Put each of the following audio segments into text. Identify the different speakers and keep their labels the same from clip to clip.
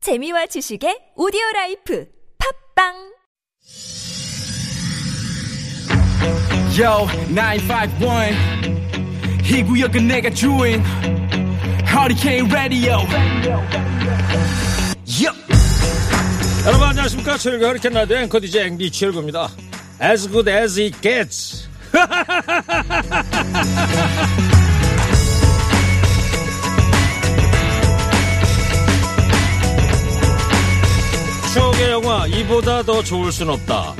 Speaker 1: 재미와 지식의 오디오 라이프 팝빵
Speaker 2: Yo, 951. 이 구역은 내가 주인. Hurricane Radio. Yup.
Speaker 3: 여러분 안녕하십니까 최일구 허리케인 라디오 앵커 DJ 앵디 최일구입니다 As good as it gets 추억의 영화 이보다 더 좋을 순 없다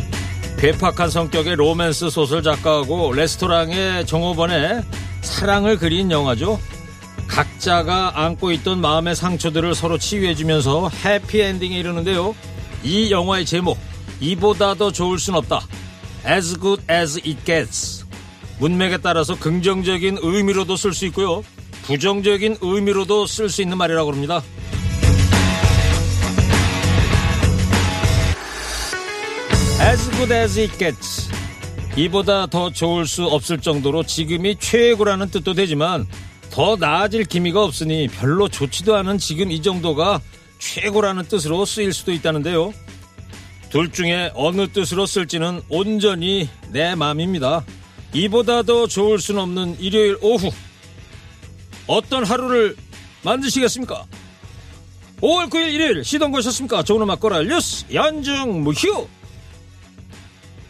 Speaker 3: 괴팍한 성격의 로맨스 소설 작가하고 레스토랑의 종업원의 사랑을 그린 영화죠 각자가 안고 있던 마음의 상처들을 서로 치유해주면서 해피엔딩에 이르는데요. 이 영화의 제목, 이보다 더 좋을 순 없다. As good as it gets. 문맥에 따라서 긍정적인 의미로도 쓸 수 있고요. 부정적인 의미로도 쓸 수 있는 말이라고 합니다. As good as it gets. 이보다 더 좋을 수 없을 정도로 지금이 최고라는 뜻도 되지만 더 나아질 기미가 없으니 별로 좋지도 않은 지금 이 정도가 최고라는 뜻으로 쓰일 수도 있다는데요. 둘 중에 어느 뜻으로 쓸지는 온전히 내 마음입니다. 이보다 더 좋을 순 없는 일요일 오후. 어떤 하루를 만드시겠습니까? 5월 9일 일요일 시동 거셨습니까? 좋은 음악 꼬라 뉴스 연중 무휴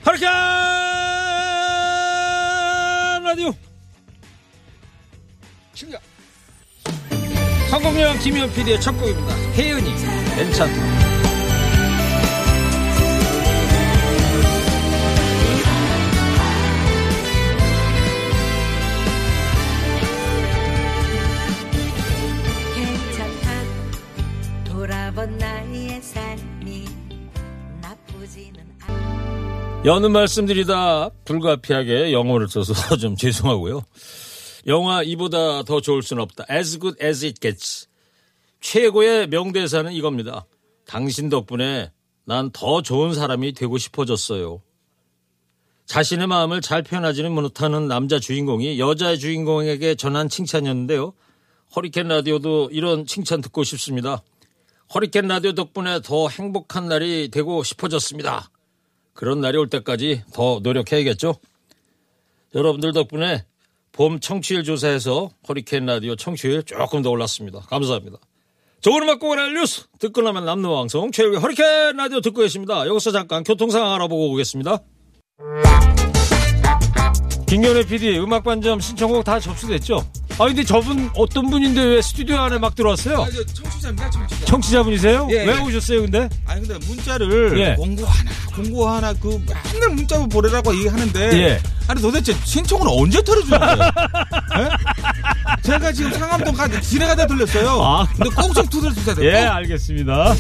Speaker 3: 하리캔 라디오 신기하 성공여왕 김희연 PD의 첫 곡입니다 혜연이 괜찮다
Speaker 4: 괜찮아 돌아본 나의 삶이 나쁘지는 않아
Speaker 3: 여는 말씀드리다 불가피하게 영어를 써서 좀 죄송하고요 영화 이보다 더 좋을 순 없다 As good as it gets 최고의 명대사는 이겁니다 당신 덕분에 난 더 좋은 사람이 되고 싶어졌어요 자신의 마음을 잘 표현하지는 못하는 남자 주인공이 여자 주인공에게 전한 칭찬이었는데요. 허리케인 라디오도 이런 칭찬 듣고 싶습니다. 허리케인 라디오 덕분에 더 행복한 날이 되고 싶어졌습니다. 그런 날이 올 때까지 더 노력해야겠죠? 여러분들 덕분에 봄 청취율 조사에서 허리케인 라디오 청취율 조금 더 올랐습니다. 감사합니다. 좋은 음악 고갈 뉴스 듣고 나면 남는 방송 최일의 허리케인 라디오 듣고 계십니다. 여기서 잠깐 교통 상황 알아보고 오겠습니다. 김경래 PD 음악 반점 신청곡 다 접수됐죠? 아 근데 저분 어떤 분인데 왜 스튜디오 안에 막 들어왔어요?
Speaker 5: 아, 저 청취자입니다, 청취자.
Speaker 3: 청취자분이세요?
Speaker 5: 예,
Speaker 3: 왜
Speaker 5: 예.
Speaker 3: 오셨어요 근데?
Speaker 5: 아니 근데 문자를
Speaker 3: 예.
Speaker 5: 공고 하나, 공고 하나 그 맨날 문자로 보내라고 얘기하는데
Speaker 3: 예.
Speaker 5: 아니 도대체 신청은 언제 털어주는 거예요? 예? 제가 지금 상암동 가 지뢰가다 들렸어요.
Speaker 3: 아.
Speaker 5: 근데 꼭 좀 두드려 주셔야 돼요.
Speaker 3: 예 알겠습니다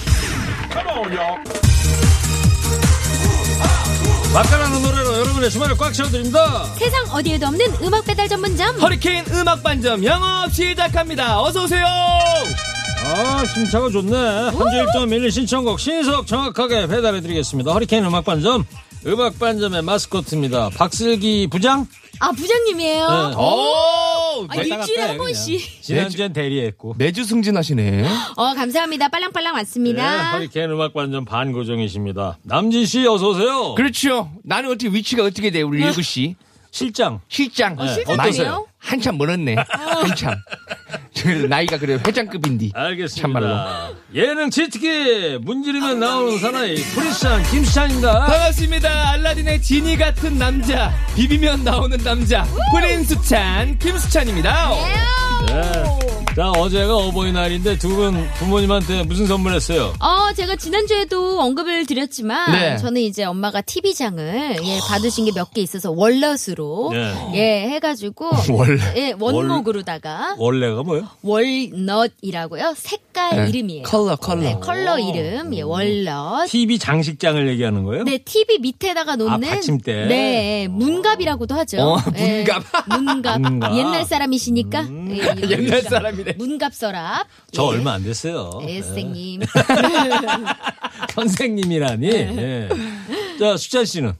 Speaker 3: 막간하는 노래로 여러분의 주말을 꽉 채워드립니다
Speaker 6: 세상 어디에도 없는 음악 배달 전문점
Speaker 2: 허리케인 음악 반점 영업 시작합니다. 어서 오세요.
Speaker 3: 아 심차가 좋네 한주 1.1 신청곡 신속 정확하게 배달해드리겠습니다 허리케인 음악반점 음악반점의 마스코트입니다 박슬기 부장
Speaker 6: 아 부장님이에요
Speaker 3: 네.
Speaker 7: 오!
Speaker 6: 아,
Speaker 7: 매-
Speaker 6: 일주일에 한 번씩
Speaker 3: 지난주엔 대리했고
Speaker 7: 매주 승진하시네.
Speaker 6: 어 감사합니다 빨랑빨랑
Speaker 3: 예,
Speaker 7: 네,
Speaker 6: 왔습니다
Speaker 3: 허리케인 음악반점 반고정이십니다 남진씨 어서오세요
Speaker 7: 그렇죠. 나는 어떻게 위치가 어떻게 돼 우리 일구 씨
Speaker 3: 실장
Speaker 7: 실장.
Speaker 3: 네,
Speaker 6: 실장이에요?
Speaker 7: 많이- 한참 멀었네. 한참. 저 나이가 그래 회장급인디.
Speaker 3: 알겠습니다.
Speaker 7: 참말로.
Speaker 3: 예능 치트키 문지르면 나오는 사나이 프리스찬 김수찬입니다.
Speaker 8: 반갑습니다. 알라딘의 지니 같은 남자, 비비면 나오는 남자, 프린스찬 김수찬입니다.
Speaker 3: 네. 자 어제가 어버이날인데 두 분 부모님한테 무슨 선물했어요?
Speaker 6: 어 제가 지난주에도 언급을 드렸지만
Speaker 7: 네.
Speaker 6: 저는 이제 엄마가 TV장을 예, 받으신 게 몇 개 있어서 월넛으로
Speaker 3: 네.
Speaker 6: 예 해가지고
Speaker 7: 월-
Speaker 6: 예 원목으로다가
Speaker 3: 원래가 뭐예요?
Speaker 6: 월넛이라고요 색깔
Speaker 7: 네.
Speaker 6: 이름이에요
Speaker 7: 컬러 음. 컬러.
Speaker 6: 네, 컬러 이름 예 월넛
Speaker 3: TV 장식장을 얘기하는 거예요?
Speaker 6: 네, TV 밑에다가 놓는
Speaker 3: 아, 받침대.
Speaker 6: 네, 문갑이라고도 하죠.
Speaker 7: 어,
Speaker 6: 예,
Speaker 7: 문갑.
Speaker 6: 문갑.
Speaker 3: 문갑.
Speaker 6: 옛날 사람이시니까. 예, 이런
Speaker 7: 옛날
Speaker 6: 문갑.
Speaker 7: 사람이네.
Speaker 6: 문갑 서랍.
Speaker 3: 저
Speaker 6: 예.
Speaker 3: 얼마 안 됐어요. 네.
Speaker 6: 예, 선생님.
Speaker 3: 선생님이라니. 예. 자 수찬 씨는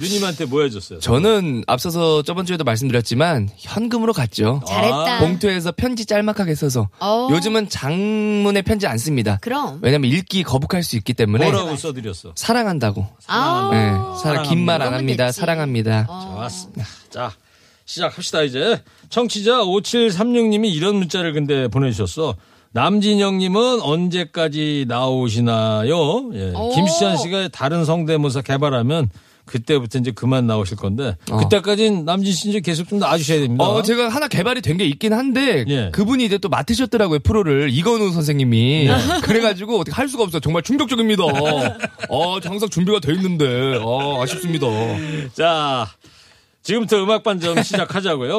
Speaker 3: 누님한테 뭐 해줬어요?
Speaker 7: 저는 앞서서 저번 주에도 말씀드렸지만 현금으로 갔죠.
Speaker 6: 잘했다.
Speaker 7: 아, 봉투에서 편지 짤막하게 써서
Speaker 6: 아. 어.
Speaker 7: 요즘은 장문의 편지 안 씁니다.
Speaker 6: 그럼.
Speaker 7: 왜냐면 읽기 거북할 수 있기 때문에
Speaker 3: 뭐라고 써드렸어?
Speaker 7: 사랑한다고.
Speaker 6: 아,
Speaker 7: 네, 사랑 긴 말 안
Speaker 6: 그러면
Speaker 7: 합니다.
Speaker 6: 됐지. 어.
Speaker 7: 사랑합니다.
Speaker 3: 좋았습니다. 자, 시작합시다, 이제. 청취자 5736님이 이런 문자를 근데 보내주셨어. 남진영님은 언제까지 나오시나요? 예.
Speaker 7: 어.
Speaker 6: 오.
Speaker 3: 김수찬 씨가 다른 성대모사 개발하면 그때부터 이제 그만 나오실 건데 그때까진 남진 씨 이제 계속 좀 나와주셔야 됩니다.
Speaker 7: 어, 제가 하나 개발이 된 게 있긴 한데
Speaker 3: 예.
Speaker 7: 그분이 이제 또 맡으셨더라고요 프로를 이건우 선생님이
Speaker 6: 네.
Speaker 7: 그래가지고 어떻게 할 수가 없어 요 정말 충격적입니다. 어, 항상 준비가 돼 있는데 아, 아쉽습니다.
Speaker 3: 자, 지금부터 음악 반점 시작하자고요.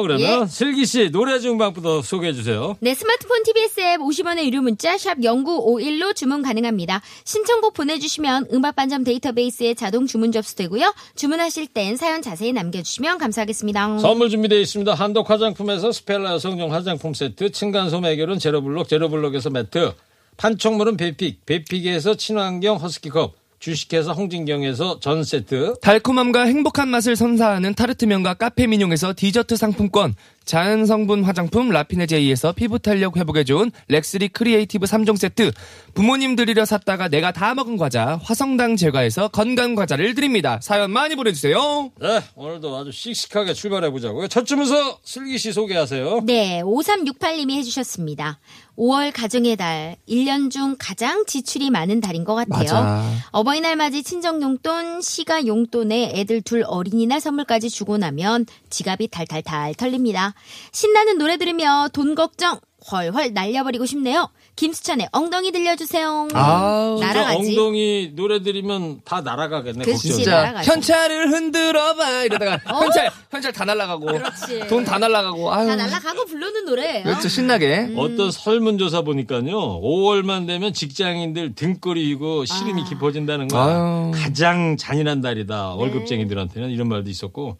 Speaker 3: 그러면
Speaker 6: 예.
Speaker 3: 슬기 씨 노래 중방부터 소개해 주세요.
Speaker 6: 네, 스마트폰 TBS 앱 50원의 유료 문자 샵 0951로 주문 가능합니다. 신청곡 보내주시면 음악반점 데이터베이스에 자동 주문 접수되고요. 주문하실 땐 사연 자세히 남겨주시면 감사하겠습니다.
Speaker 3: 선물 준비되어 있습니다. 한독 화장품에서 스펠라 여성용 화장품 세트, 층간소음 해결은 제로블록, 제로블록에서 매트, 판촉물은 베픽, 베픽에서 친환경 허스키컵, 주식회사 홍진경에서 전 세트,
Speaker 7: 달콤함과 행복한 맛을 선사하는 타르트면과 카페민용에서 디저트 상품권 자연성분 화장품 라피네제이에서 피부 탄력 회복에 좋은 렉스리 크리에이티브 3종 세트 부모님 드리려 샀다가 내가 다 먹은 과자 화성당 제과에서 건강 과자를 드립니다 사연 많이 보내주세요
Speaker 3: 네, 오늘도 아주 씩씩하게 출발해 보자고요. 첫 주문서 슬기 씨 소개하세요.
Speaker 6: 네, 5368님이 해주셨습니다. 5월 가정의 달, 1년 중 가장 지출이 많은 달인 것 같아요.
Speaker 7: 맞아.
Speaker 6: 어버이날 맞이 친정 용돈, 시가 용돈에 애들 둘 어린이날 선물까지 주고 나면 지갑이 달달달 털립니다. 신나는 노래 들으며 돈 걱정 훨훨 날려버리고 싶네요. 김수찬의 엉덩이 들려주세요.
Speaker 7: 아우,
Speaker 6: 날아가지.
Speaker 3: 엉덩이 노래 들으면 다 날아가겠네.
Speaker 6: 그치.
Speaker 3: 걱정이.
Speaker 7: 진짜
Speaker 6: 날아가죠.
Speaker 7: 현찰을 흔들어봐 이러다가 현찰 현찰 다 날라가고
Speaker 6: 그렇지.
Speaker 7: 돈 다 날라가고 아유
Speaker 6: 다 음. 날아가고 부르는 노래예요.
Speaker 7: 그렇죠 신나게
Speaker 3: 어떤 설문조사 보니까요, 5월만 되면 직장인들 등골이고 시름이 깊어진다는 건
Speaker 7: 아유.
Speaker 3: 가장 잔인한 달이다. 월급쟁이들한테는 이런 말도 있었고.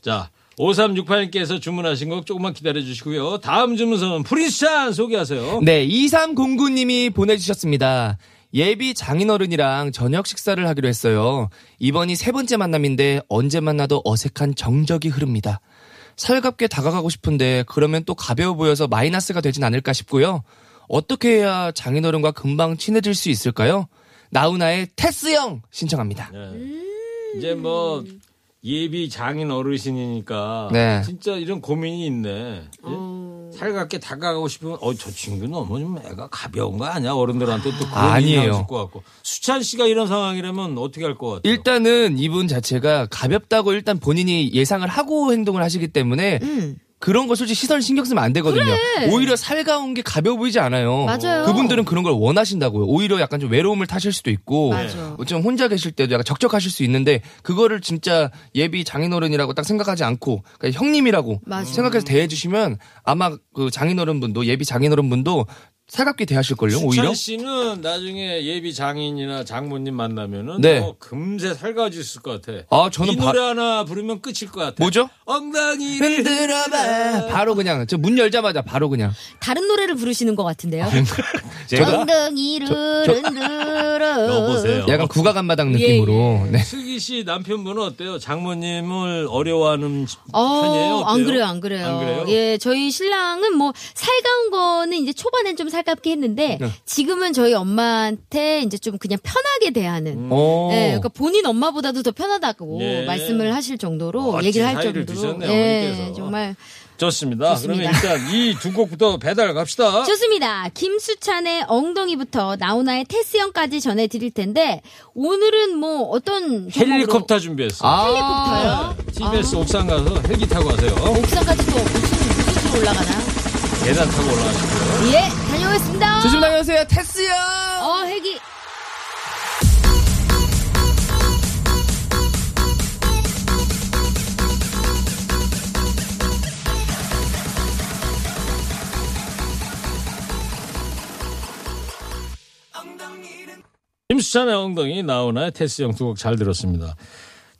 Speaker 3: 자, 5368님께서 주문하신 거 조금만 기다려 주시고요. 다음 주문서는 프린스찬 소개하세요.
Speaker 7: 네, 2309님이 보내주셨습니다. 예비 장인어른이랑 저녁 식사를 하기로 했어요. 이번이 세 번째 만남인데 언제 만나도 어색한 정적이 흐릅니다. 살갑게 다가가고 싶은데 그러면 또 가벼워 보여서 마이너스가 되진 않을까 싶고요. 어떻게 해야 장인어른과 금방 친해질 수 있을까요? 나훈아의 테스형 신청합니다.
Speaker 3: 네. 이제 뭐 예비 장인 어르신이니까
Speaker 7: 네.
Speaker 3: 진짜 이런 고민이 있네. 예? 살갑게 다가가고 싶으면 어 저 친구 너무 좀 애가 가벼운 거 아니야 어른들한테 또 그런
Speaker 7: 아니에요.
Speaker 3: 인상 줄것 같고 수찬 씨가 이런 상황이라면 어떻게 할 것 같아요?
Speaker 7: 일단은 이분 자체가 가볍다고 일단 본인이 예상을 하고 행동을 하시기 때문에
Speaker 6: 음.
Speaker 7: 그런 거 솔직히 시선 신경 쓰면 안 되거든요. 오히려 살가운 게 가벼워 보이지 않아요.
Speaker 6: 맞아요.
Speaker 7: 그분들은 그런 걸 원하신다고요. 오히려 약간 좀 외로움을 타실 수도 있고
Speaker 6: 맞아.
Speaker 7: 좀 혼자 계실 때도 약간 적적하실 수 있는데 그거를 진짜 예비 장인어른이라고 딱 생각하지 않고 그러니까 형님이라고
Speaker 6: 맞아.
Speaker 7: 생각해서 대해 주시면 아마 그 장인어른분도 예비 장인어른분도 살갑게 대하실 걸요. 오히려.
Speaker 3: 수찬 씨는 나중에 예비 장인이나 장모님 만나면은
Speaker 7: 네.
Speaker 3: 뭐 금세 살가워졌을 것 같아.
Speaker 7: 아, 저는
Speaker 3: 이
Speaker 7: 바-
Speaker 3: 노래 하나 부르면 끝일 것 같아.
Speaker 7: 뭐죠?
Speaker 3: 엉덩이를
Speaker 7: 흔들어봐. 바로 그냥 저 문 열자마자 바로 그냥
Speaker 6: 다른 노래를 부르시는 것 같은데요.
Speaker 7: 제가
Speaker 6: 엉덩이를 흔들어.
Speaker 3: 넣어보세요.
Speaker 7: 약간 국악한마당
Speaker 6: 예,
Speaker 7: 느낌으로. 네.
Speaker 3: 슬기 씨 남편분은 어때요? 장모님을 어려워하는
Speaker 6: 어,
Speaker 3: 편이에요? 어때요?
Speaker 6: 안 그래요, 안 그래요.
Speaker 3: 안 그래요?
Speaker 6: 예, 저희 신랑은 뭐 살가운 거는 이제 초반엔 좀 살갑게 했는데
Speaker 3: 네.
Speaker 6: 지금은 저희 엄마한테 이제 좀 그냥 편하게 대하는.
Speaker 7: 오.
Speaker 6: 예, 그러니까 본인 엄마보다도 더 편하다고
Speaker 3: 음. 어. 예.
Speaker 6: 말씀을 하실 정도로
Speaker 3: 멋진
Speaker 6: 얘기를 할
Speaker 3: 사이를
Speaker 6: 정도로.
Speaker 3: 두셨네요,
Speaker 6: 예,
Speaker 3: 어머니께서.
Speaker 6: 정말
Speaker 3: 좋습니다.
Speaker 6: 좋습니다.
Speaker 3: 그러면 일단 이 두 곡부터 배달 갑시다.
Speaker 6: 좋습니다. 김수찬의 엉덩이부터 나훈아의 테스형까지 전해드릴 텐데 오늘은 뭐 어떤 종목으로-
Speaker 3: 헬리콥터 준비했어.
Speaker 6: 아.
Speaker 3: 요
Speaker 7: 아.
Speaker 3: TBS 옥상 가서 헬기 타고 가세요.
Speaker 6: 옥상까지 또 무슨 무슨 수로 올라가나?
Speaker 3: 계단 타고 올라가시고요.
Speaker 6: 예, 다녀오겠습니다.
Speaker 7: 조심 다녀오세요, 테스요!
Speaker 6: 어, 헬기.
Speaker 3: 김수찬의 엉덩이 나훈아의 테스 형 두 곡 잘 들었습니다.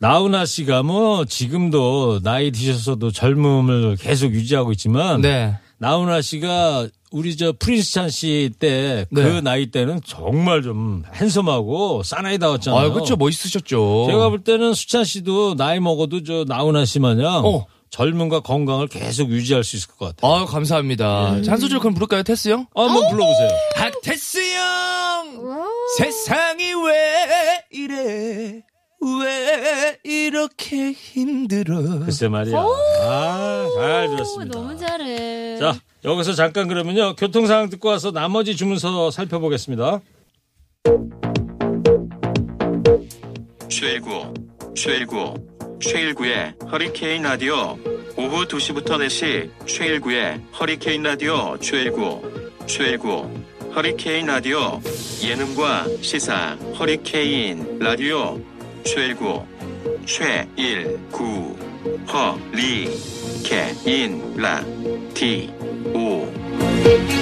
Speaker 3: 나훈아 씨가 뭐 지금도 나이 드셔서도 젊음을 계속 유지하고 있지만
Speaker 7: 네.
Speaker 3: 나훈아 씨가 우리 저 프린스찬 씨 때 그
Speaker 7: 네.
Speaker 3: 나이 때는 정말 좀 핸섬하고 사나이다웠잖아요.
Speaker 7: 아, 그쵸 멋있으셨죠.
Speaker 3: 어. 제가 볼 때는 수찬 씨도 나이 먹어도 저 나훈아 씨 마냥
Speaker 7: 어.
Speaker 3: 젊음과 건강을 계속 유지할 수 있을 것 같아요.
Speaker 7: 아
Speaker 3: 예.
Speaker 7: 감사합니다. 자, 한 소절 그럼 부를까요, 테스 형?
Speaker 3: 아, 한번 불러보세요.
Speaker 7: 아, 테스 형! 세상이 왜 이래? 왜 이렇게 힘들어?
Speaker 3: 글쎄 말이야. 아, 잘 들었습니다.
Speaker 6: 너무 잘해.
Speaker 3: 자, 여기서 잠깐 그러면요. 교통 상황 듣고 와서 나머지 주문서 살펴보겠습니다.
Speaker 9: 최일구, 최일구, 최일구의 허리케인 라디오. 오후 2시부터 4시, 최일구의 허리케인 라디오, 최일구, 최일구, 허리케인 라디오. 예능과 시사, 허리케인 라디오, 최일구, 최일구, 허리케인 라디오.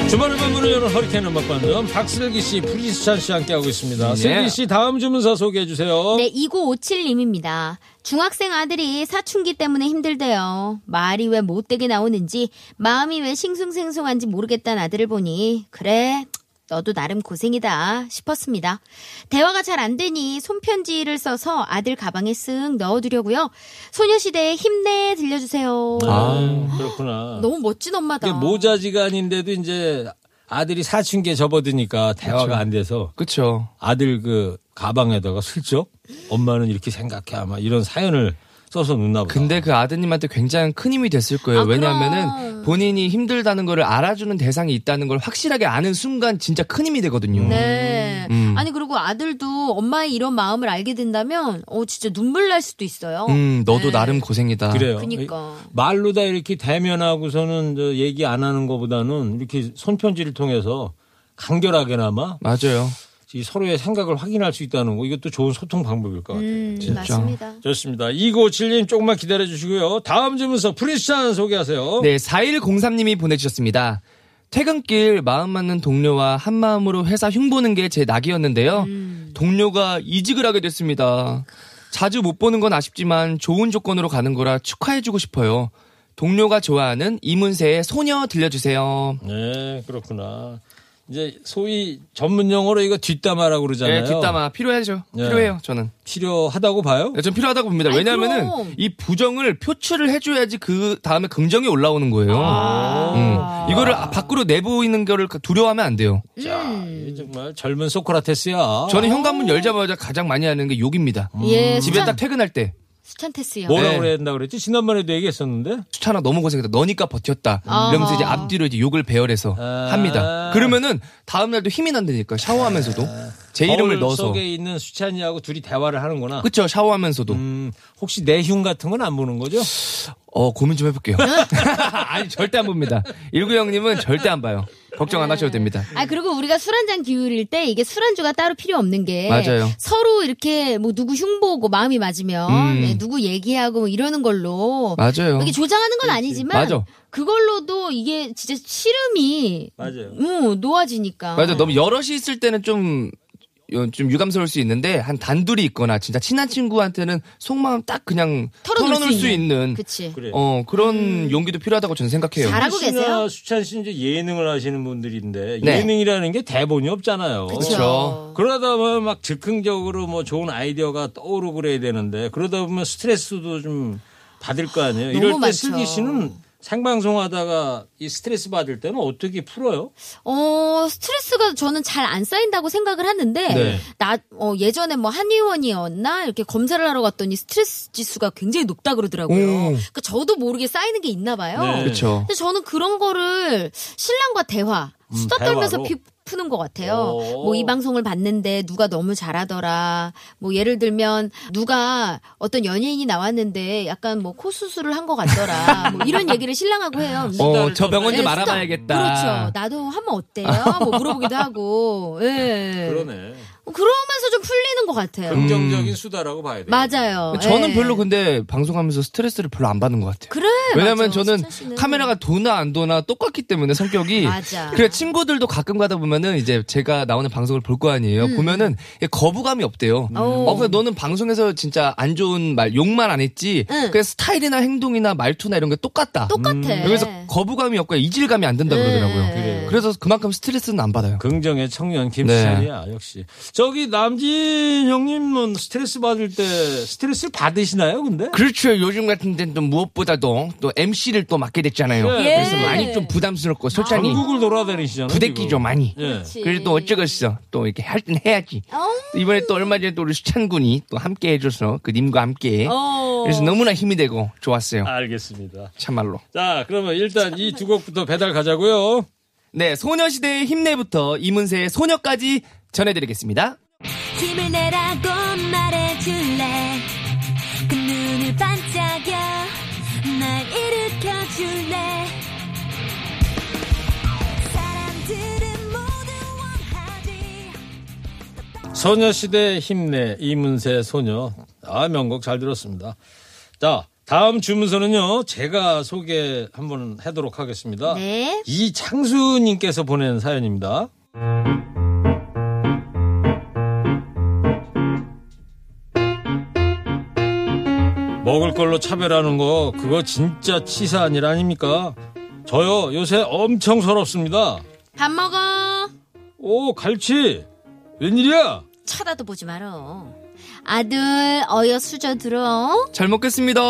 Speaker 3: 주말에 문을 여는 허리케인 음악 반점 박슬기 씨, 프리스찬 씨 함께 하고 있습니다.
Speaker 7: 네.
Speaker 3: 슬기 씨 다음 주문서 소개해 주세요.
Speaker 6: 네, 2957님입니다. 중학생 아들이 사춘기 때문에 힘들대요. 말이 왜 못되게 나오는지, 마음이 왜 싱숭생숭한지 모르겠다는 아들을 보니, 그래, 너도 나름 고생이다 싶었습니다. 대화가 잘 안 되니 손편지를 써서 아들 가방에 쓱 넣어두려고요. 소녀시대의 힘내 들려주세요.
Speaker 3: 아, 그렇구나.
Speaker 6: 너무 멋진 엄마다.
Speaker 3: 이게 모자지간인데도 이제 아들이 사춘기에 접어드니까 대화가 안 돼서
Speaker 7: 그쵸.
Speaker 3: 아들 그 가방에다가 슬쩍 엄마는 이렇게 생각해 아마 이런 사연을 써서 놨나 보다.
Speaker 7: 근데 그 아드님한테 굉장히 큰 힘이 됐을 거예요.
Speaker 6: 아,
Speaker 7: 왜냐하면은
Speaker 6: 그럼.
Speaker 7: 본인이 힘들다는 거를 알아주는 대상이 있다는 걸 확실하게 아는 순간 진짜 큰 힘이 되거든요.
Speaker 6: 네.
Speaker 7: 음.
Speaker 6: 아니 그리고 아들도 엄마의 이런 마음을 알게 된다면 어 진짜 눈물 날 수도 있어요. 그러니까.
Speaker 7: 음, 너도
Speaker 6: 네.
Speaker 7: 나름 고생이다.
Speaker 3: 그래요.
Speaker 6: 그니까.
Speaker 3: 이- 말로 다 이렇게 대면하고서는 저 얘기 안 하는 것보다는 이렇게 손편지를 통해서 간결하게나마
Speaker 7: 맞아요.
Speaker 3: 이 서로의 생각을 확인할 수 있다는 거 이것도 좋은 소통 방법일 것 같아요.
Speaker 6: 음, 맞습니다.
Speaker 3: 좋습니다. 2957님 조금만 기다려 주시고요. 다음 주문서 프리스찬 소개하세요.
Speaker 7: 네, 4103님이 보내주셨습니다. 퇴근길 마음 맞는 동료와 한마음으로 회사 흉보는 게 제 낙이었는데요.
Speaker 6: 음.
Speaker 7: 동료가 이직을 하게 됐습니다. 자주 못 보는 건 아쉽지만 좋은 조건으로 가는 거라 축하해주고 싶어요. 동료가 좋아하는 이문세의 소녀 들려주세요.
Speaker 3: 네, 그렇구나. 이제 소위 전문 용어로 이거 뒷담화라고 그러잖아요.
Speaker 7: 네, 뒷담화 필요하죠.
Speaker 3: 네.
Speaker 7: 필요해요, 저는.
Speaker 3: 필요하다고 봐요?
Speaker 7: 네, 전 필요하다고 봅니다.
Speaker 6: 아이,
Speaker 7: 왜냐하면은
Speaker 6: 그럼.
Speaker 7: 이 부정을 표출을 해줘야지 그 다음에 긍정이 올라오는 거예요.
Speaker 6: 아.
Speaker 7: 음. 이거를 밖으로 내보이는 거를 그 두려워하면 안 돼요.
Speaker 3: 자,
Speaker 7: 네.
Speaker 3: 이게 정말 젊은 소크라테스야.
Speaker 7: 저는 현관문 열자마자 가장 많이 하는 게 욕입니다. 음.
Speaker 6: 예,
Speaker 7: 집에
Speaker 6: 수찬,
Speaker 7: 딱 퇴근할 때
Speaker 6: 수찬테스요.
Speaker 3: 뭐라고
Speaker 7: 네.
Speaker 3: 그래야 된다 그랬지? 지난번에도 얘기했었는데.
Speaker 7: 수찬아 너무 고생했다. 너니까 버텼다.
Speaker 6: 아.
Speaker 7: 이러면서 이제 앞뒤로 이제 욕을 배열해서
Speaker 3: 아.
Speaker 7: 합니다. 그러면은 다음 날도 힘이 난다니까 샤워하면서도 제 이름을
Speaker 3: 거울
Speaker 7: 넣어서
Speaker 3: 속에 있는 수찬이하고 둘이 대화를 하는구나.
Speaker 7: 그쵸 샤워하면서도
Speaker 3: 음, 혹시 내흉 같은 건 안 보는 거죠?
Speaker 7: 어 고민 좀 해볼게요. 아니 절대 안 봅니다. 일구 형님은 절대 안 봐요. 걱정 안 하셔도 됩니다.
Speaker 6: 아 그리고 우리가 술 한 잔 기울일 때 이게 술 안주가 따로 필요 없는 게
Speaker 7: 맞아요.
Speaker 6: 서로 이렇게 뭐 누구 흉보고 마음이 맞으면
Speaker 7: 음.
Speaker 6: 네, 누구 얘기하고 뭐 이러는 걸로
Speaker 7: 맞아요. 그,
Speaker 6: 이게 조장하는 건 아니지만
Speaker 7: 맞아.
Speaker 6: 그걸로도 이게 진짜 시름이
Speaker 3: 맞아요.
Speaker 6: 음, 놓아지니까
Speaker 7: 맞아 너무 여럿이 있을 때는 좀. 요- 좀 유감스러울 수 있는데 한 단둘이 있거나 진짜 친한 친구한테는 속마음 딱 그냥
Speaker 6: 털어놓을
Speaker 7: 털어놓을,
Speaker 6: 수
Speaker 7: 수 있는
Speaker 6: 그치 음.
Speaker 3: 그래요.
Speaker 7: 어 그런 용기도 필요하다고 저는 생각해요.
Speaker 6: 잘하- 잘하고
Speaker 3: 씨나
Speaker 6: 계세요?
Speaker 3: 수찬 씨는 이제 예능을 하시는 분들인데
Speaker 7: 네.
Speaker 3: 예능이라는 게 대본이 없잖아요.
Speaker 7: 그쵸.
Speaker 3: 그러다 보면 막 즉흥적으로 뭐 좋은 아이디어가 떠오르고 그래야 되는데 그러다 보면 스트레스도 좀 받을 거 아니에요. 이럴
Speaker 6: 너무
Speaker 3: 때
Speaker 6: 많죠.
Speaker 3: 슬기 씨는 생방송 하다가 이 스트레스 받을 때는 어떻게 풀어요?
Speaker 6: 어, 스트레스가 저는 잘 안 쌓인다고 생각을 하는데,
Speaker 3: 네.
Speaker 6: 나, 어, 예전에 뭐 한의원이었나? 이렇게 검사를 하러 갔더니 스트레스 지수가 굉장히 높다 그러더라고요.
Speaker 7: 오.
Speaker 6: 그러니까 저도 모르게 쌓이는 게 있나 봐요.
Speaker 3: 음. 네.
Speaker 7: 그렇죠.
Speaker 6: 근데 저는 그런 거를 신랑과 대화, 수다 떨면서
Speaker 3: 음, 대화로?
Speaker 6: 피- 푸는 것 같아요.
Speaker 3: 오.
Speaker 6: 뭐 이 방송을 봤는데 누가 너무 잘하더라. 뭐 예를 들면 누가 어떤 연예인이 나왔는데 약간 뭐 코 수술을 한 것 같더라. 뭐 이런 얘기를 신랑하고 해요.
Speaker 7: 어, 저 병원 좀
Speaker 6: 예,
Speaker 7: 알아봐야겠다.
Speaker 6: 그렇죠. 나도 하면 어때요? 뭐 물어보기도 하고. 예.
Speaker 3: 그러네.
Speaker 6: 그러면서 좀 풀리는 것
Speaker 3: 네.
Speaker 6: 같아요.
Speaker 3: 긍정적인 수다라고 봐야 돼요.
Speaker 6: 맞아요.
Speaker 7: 저는
Speaker 6: 예.
Speaker 7: 별로 근데 방송하면서 스트레스를 별로 안 받는 것 같아요.
Speaker 6: 그래.
Speaker 7: 왜냐면
Speaker 6: 네, 맞아,
Speaker 7: 저는
Speaker 6: 수찬 씨는.
Speaker 7: 카메라가 도나 안 도나 똑같기 때문에 성격이
Speaker 6: 맞아.
Speaker 7: 그래 친구들도 가끔 가다 보면은 이제 제가 나오는 방송을 볼 거 아니에요.
Speaker 6: 음.
Speaker 7: 보면은 거부감이 없대요. 어, 근데 너는 방송에서 진짜 안 좋은 말 욕만 안 했지.
Speaker 6: 응.
Speaker 7: 그래서 스타일이나 행동이나 말투나 이런 게 똑같다. 음.
Speaker 6: 똑같아.
Speaker 7: 그래서 거부감이 없고 이질감이 안 든다 그러더라고요.
Speaker 6: 네. 그래요.
Speaker 7: 그래서 그만큼 스트레스는 안 받아요.
Speaker 3: 긍정의 청년 김수찬이야 역시. 저기 남진 형님은 스트레스 받을 때 스트레스를 받으시나요? 근데
Speaker 7: 그렇죠. 요즘 같은 데는 또 무엇보다도 또 MC를 또 맡게 됐잖아요.
Speaker 3: 예.
Speaker 7: 그래서 많이 좀 부담스럽고 솔직히
Speaker 3: 전국을 돌아다니시잖아요.
Speaker 7: 부대끼죠
Speaker 3: 지금.
Speaker 7: 많이.
Speaker 3: 예.
Speaker 7: 그래서 또 어쩌겠어. 또 이렇게 할 땐 해야지. 또 이번에 또 얼마 전에 또 우리 수찬 군이 또 함께 해줘서 그 님과 함께. 그래서 너무나 힘이 되고 좋았어요.
Speaker 3: 알겠습니다.
Speaker 7: 참말로.
Speaker 3: 자, 그러면 일단 이 두 곡부터 배달 가자고요.
Speaker 7: 네, 소녀시대의 힘내부터 이문세의 소녀까지 전해드리겠습니다.
Speaker 4: 힘을 내라고 말해줄래 그 눈을 반짝여 날 일으켜줄래 사람들은 모두 원하지
Speaker 3: 소녀시대 힘내 이문세 소녀. 아, 명곡 잘 들었습니다. 자, 다음 주문서는요. 제가 소개 한번 하도록 하겠습니다.
Speaker 6: 네.
Speaker 3: 이창수 님께서 보낸 사연입니다. 먹을 걸로 차별하는 거 그거 진짜 치사한 일 아닙니까? 저요 요새 엄청 서럽습니다.
Speaker 6: 밥 먹어.
Speaker 3: 오 갈치 웬일이야?
Speaker 6: 쳐다도 보지 말어. 아들, 어여 수저 들어.
Speaker 7: 잘 먹겠습니다.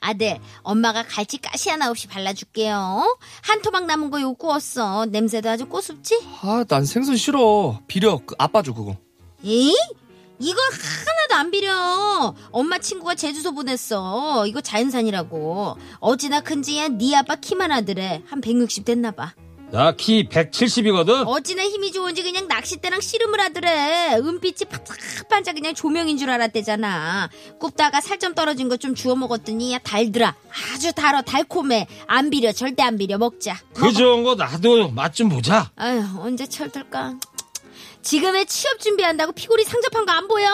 Speaker 6: 아들, 엄마가 갈치 가시 하나 없이 발라줄게요. 한 토막 남은 거 요 구웠어. 냄새도 아주 꼬숩지?
Speaker 7: 아, 난 생선 싫어. 비려. 그 아빠 줘 그거.
Speaker 6: 에이? 이걸 하나도 안 비려. 엄마 친구가 제주도 보냈어. 이거 자연산이라고. 어찌나 큰지야 네 아빠 키만 하더래. 한 160 됐나봐.
Speaker 3: 나 키 170이거든.
Speaker 6: 어찌나 힘이 좋은지 그냥 낚싯대랑 씨름을 하더래. 은빛이 반짝반짝 그냥 조명인 줄 알았대잖아. 굽다가 살 좀 떨어진 거 좀 주워 먹었더니 야 달더라. 아주 달어 달콤해. 안 비려 절대 안 비려 먹자.
Speaker 3: 그 좋은 거 나도 맛 좀 보자.
Speaker 6: 아휴 언제 철들까? 지금에 취업 준비한다고 피골이 상접한 거 안 보여?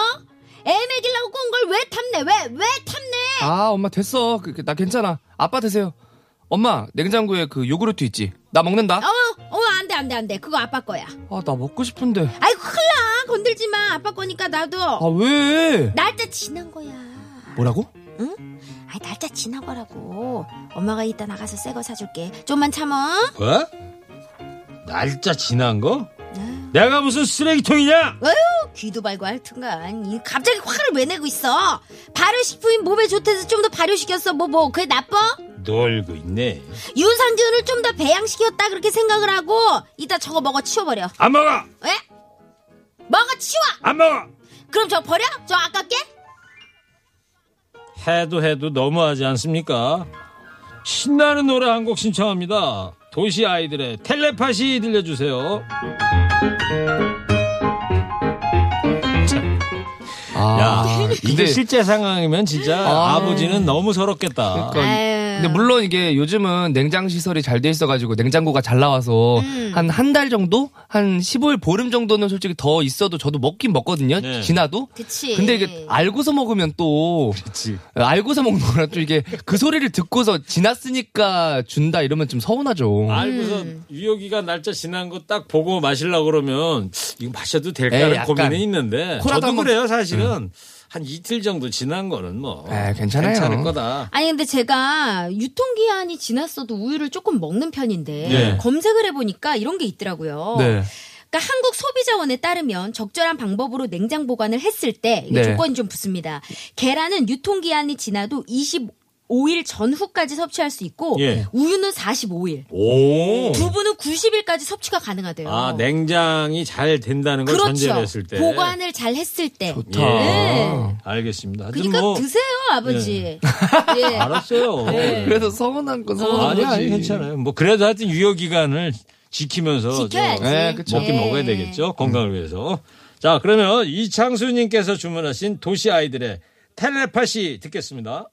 Speaker 6: 애 먹이려고 꾼 걸 왜 탐내? 왜 왜 탐내?
Speaker 7: 아, 엄마 됐어. 그, 그, 나 괜찮아. 아빠 드세요. 엄마, 냉장고에 그 요구르트 있지? 나 먹는다.
Speaker 6: 어, 어, 안 돼, 안 돼, 안 돼. 그거 아빠 거야.
Speaker 7: 아, 나 먹고 싶은데.
Speaker 6: 아이고, 큰일 나. 건들지 마. 아빠 거니까
Speaker 7: 아,
Speaker 6: 나도.
Speaker 7: 왜?
Speaker 6: 날짜 지난 거야.
Speaker 7: 뭐라고?
Speaker 6: 아이 날짜 지난 거라고 엄마가 이따 나가서 새 거 사줄게 좀만 참아
Speaker 3: 뭐? 날짜 지난 거?
Speaker 7: 네.
Speaker 3: 내가 무슨 쓰레기통이냐?
Speaker 6: 어휴 귀도 말고 할튼간 이 갑자기 화를 왜 내고 있어 발효식품이 몸에 좋대서 좀 더 발효시켰어 뭐 뭐 그게 나빠?
Speaker 3: 놀고 있네.
Speaker 6: 유산균을 좀 더 배양시켰다 그렇게 생각을 하고 이따 저거 먹어 치워버려
Speaker 3: 안 먹어!
Speaker 6: 에? 먹어 치워
Speaker 3: 안 먹어!
Speaker 6: 그럼 저거 버려? 저 아깝게?
Speaker 3: 해도 해도 너무하지 않습니까? 신나는 노래 한 곡 신청합니다. 도시 아이들의 텔레파시 들려주세요.
Speaker 7: 아,
Speaker 3: 이게 실제 상황이면 진짜
Speaker 7: 아.
Speaker 3: 아... 버지는 너무 서럽겠다.
Speaker 7: 그러니까
Speaker 6: 아유.
Speaker 7: 근데 물론 이게 요즘은 냉장 시설이 잘 돼 있어가지고 냉장고가 잘 나와서 한 한 달 정도 한 15일 보름 정도는 솔직히 더 있어도 저도 먹긴 먹거든요.
Speaker 3: 네.
Speaker 7: 지나도.
Speaker 6: 그치
Speaker 7: 근데 이게 알고서 먹으면 또
Speaker 3: 그치.
Speaker 7: 알고서 먹는 거라 또 이게 그 소리를 듣고서 지났으니까 준다 이러면 좀 서운하죠.
Speaker 3: 알고서 유효기간 날짜 지난 거 딱 보고 마시려고 그러면 이거 마셔도 될까라는
Speaker 7: 에이, 약간.
Speaker 3: 고민은 있는데
Speaker 7: 코라도
Speaker 3: 저도
Speaker 7: 한번-
Speaker 3: 그래요 사실은 한 이틀 정도 지난 거는 뭐
Speaker 7: 에이, 괜찮아요.
Speaker 3: 괜찮을 거다.
Speaker 6: 아니 근데 제가 유통기한이 지났어도 우유를 조금 먹는 편인데
Speaker 3: 네.
Speaker 6: 검색을 해보니까 이런 게 있더라고요.
Speaker 7: 네.
Speaker 6: 그러니까 한국 소비자원에 따르면 적절한 방법으로 냉장 보관을 했을 때 이게
Speaker 7: 네.
Speaker 6: 조건이 좀 붙습니다. 계란은 유통기한이 지나도 25일 전후까지 섭취할 수 있고
Speaker 3: 예.
Speaker 6: 우유는 45일,
Speaker 3: 오.
Speaker 6: 두부는 90일까지 섭취가 가능하대요.
Speaker 3: 어. 아 냉장이 잘 된다는 걸
Speaker 6: 그렇죠.
Speaker 3: 전제로 했을 때 예.
Speaker 6: 보관을 잘 했을 때.
Speaker 7: 좋다.
Speaker 6: 네.
Speaker 3: 알겠습니다. 하여튼
Speaker 6: 그러니까
Speaker 3: 뭐
Speaker 6: 드세요, 아버지. 예.
Speaker 3: 알았어요.
Speaker 7: 그래서 서운한 건 서운한
Speaker 3: 아니
Speaker 7: 거지.
Speaker 3: 아니 괜찮아요. 뭐 그래도 하여튼 유효 기간을 지키면서
Speaker 6: 지켜야지.
Speaker 3: 저
Speaker 7: 네, 그쵸.
Speaker 3: 먹긴
Speaker 6: 예.
Speaker 3: 먹어야 되겠죠. 건강을 위해서. 자, 그러면 이창수 님께서 주문하신 도시 아이들의 텔레파시 듣겠습니다.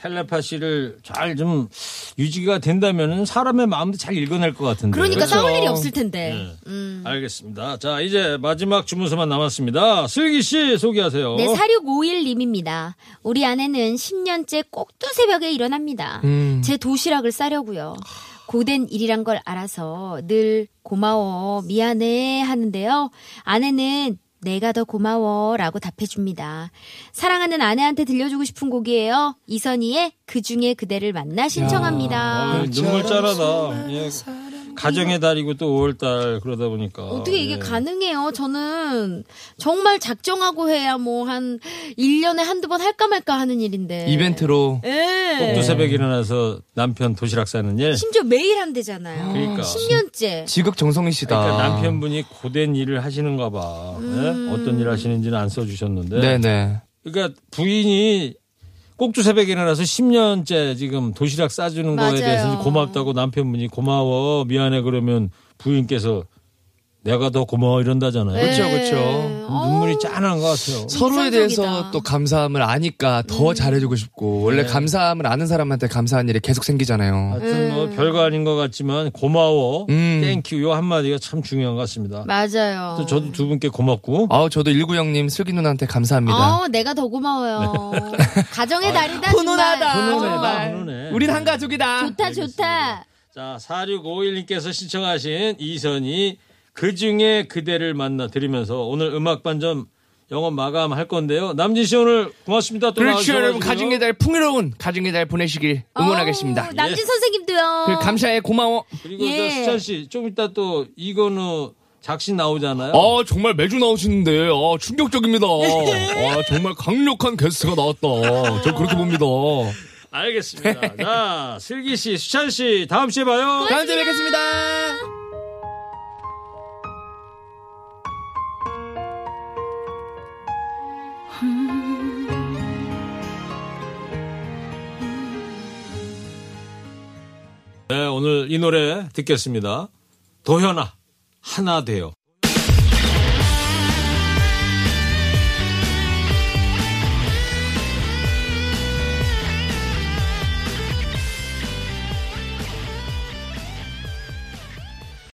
Speaker 3: 텔레파시를 잘 좀 유지가 된다면은 사람의 마음도 잘 읽어낼 것 같은데.
Speaker 6: 그러니까
Speaker 3: 그렇죠?
Speaker 6: 싸울 일이 없을 텐데.
Speaker 3: 네.
Speaker 6: 음.
Speaker 3: 알겠습니다. 자, 이제 마지막 주문서만 남았습니다. 슬기 씨
Speaker 7: 어?
Speaker 3: 소개하세요.
Speaker 6: 네, 4651님입니다. 우리 아내는 10년째 꼭두 새벽에 일어납니다.
Speaker 7: 음.
Speaker 6: 제 도시락을 싸려고요. 고된 일이란 걸 알아서 늘 고마워, 미안해 하는데요. 아내는 내가 더 고마워 라고 답해줍니다. 사랑하는 아내한테 들려주고 싶은 곡이에요. 이선희의 그 중에 그대를 만나 신청합니다.
Speaker 3: 아, 눈물 짜라다. 예, 가정의 달이고 또 5월달 그러다 보니까
Speaker 6: 어떻게 이게
Speaker 7: 아,
Speaker 3: 예.
Speaker 7: 네.
Speaker 6: 가능해요? 저는 정말 작정하고 해야 뭐 한 1년에 한두 번 할까 말까 하는 일인데.
Speaker 7: 이벤트로
Speaker 6: 예.
Speaker 3: 꼭두 새벽 일어나서 남편 도시락 싸는 일.
Speaker 6: 심지어 매일 한대잖아요.
Speaker 3: 그러니까.
Speaker 6: 10년째.
Speaker 7: 지극정성이시다.
Speaker 3: 그러니까 남편분이 고된 일을 하시는가 봐. 예?
Speaker 6: 음.
Speaker 3: 어떤 일 하시는지는 안 써주셨는데.
Speaker 7: 네네.
Speaker 3: 그러니까 부인이 꼭두 새벽에 일어나서 10년째 지금 도시락 싸주는 거에
Speaker 6: 맞아요.
Speaker 3: 대해서 고맙다고 남편분이 고마워 미안해 그러면 부인께서 내가 더 고마워 이런다잖아요.
Speaker 6: 네.
Speaker 7: 그렇죠, 그렇죠.
Speaker 6: 어.
Speaker 3: 눈물이 짠한 것 같아요.
Speaker 7: 서로에
Speaker 6: 인상적이다. 음.
Speaker 7: 대해서 또 감사함을 아니까 더 잘해주고 싶고 원래 감사함을 아는 사람한테 감사한 일이 계속 생기잖아요.
Speaker 3: 하여튼 뭐
Speaker 6: 음.
Speaker 3: 별거 아닌 것 같지만 고마워
Speaker 7: 음.
Speaker 3: 땡큐 요 한마디가 참 중요한 것 같습니다.
Speaker 6: 맞아요.
Speaker 3: 또 저도 두 분께 고맙고
Speaker 7: 아우 저도 일구형님 슬기 누나한테 감사합니다.
Speaker 6: 어, 내가 더 고마워요. 가정의 달이다.
Speaker 8: 훈훈하다.
Speaker 6: 아, 정말.
Speaker 8: 훈훈해,
Speaker 6: 정말.
Speaker 8: 나
Speaker 3: 훈훈해.
Speaker 8: 우린 한 가족이다.
Speaker 6: 좋다 좋다.
Speaker 3: 자 4651님께서 신청하신 이선희 그중에 그대를 만나 드리면서 오늘 음악반점 영업 마감할 건데요. 남진 씨 오늘 고맙습니다. 또
Speaker 7: 그렇죠
Speaker 3: 나와주셔가지고요.
Speaker 7: 여러분 가정의 달 풍요로운 가정의 달 보내시길 응원하겠습니다. 예.
Speaker 6: 어우, 남진 선생님도요.
Speaker 7: 그리고 감사해 고마워.
Speaker 3: 그리고
Speaker 6: 예.
Speaker 3: 저 수찬 씨 좀 이따 또 이건우 작신 나오잖아요.
Speaker 7: 아 정말 매주 나오시는데 아 충격적입니다. 아 정말 강력한 게스트가 나왔다. 저 그렇게 봅니다. 네.
Speaker 3: 알겠습니다. 자 슬기 씨, 수찬 씨 다음 주에 봐요.
Speaker 7: 다음 주에 뵙겠습니다.
Speaker 3: 네 오늘 이 노래 듣겠습니다. 도현아 하나 돼요.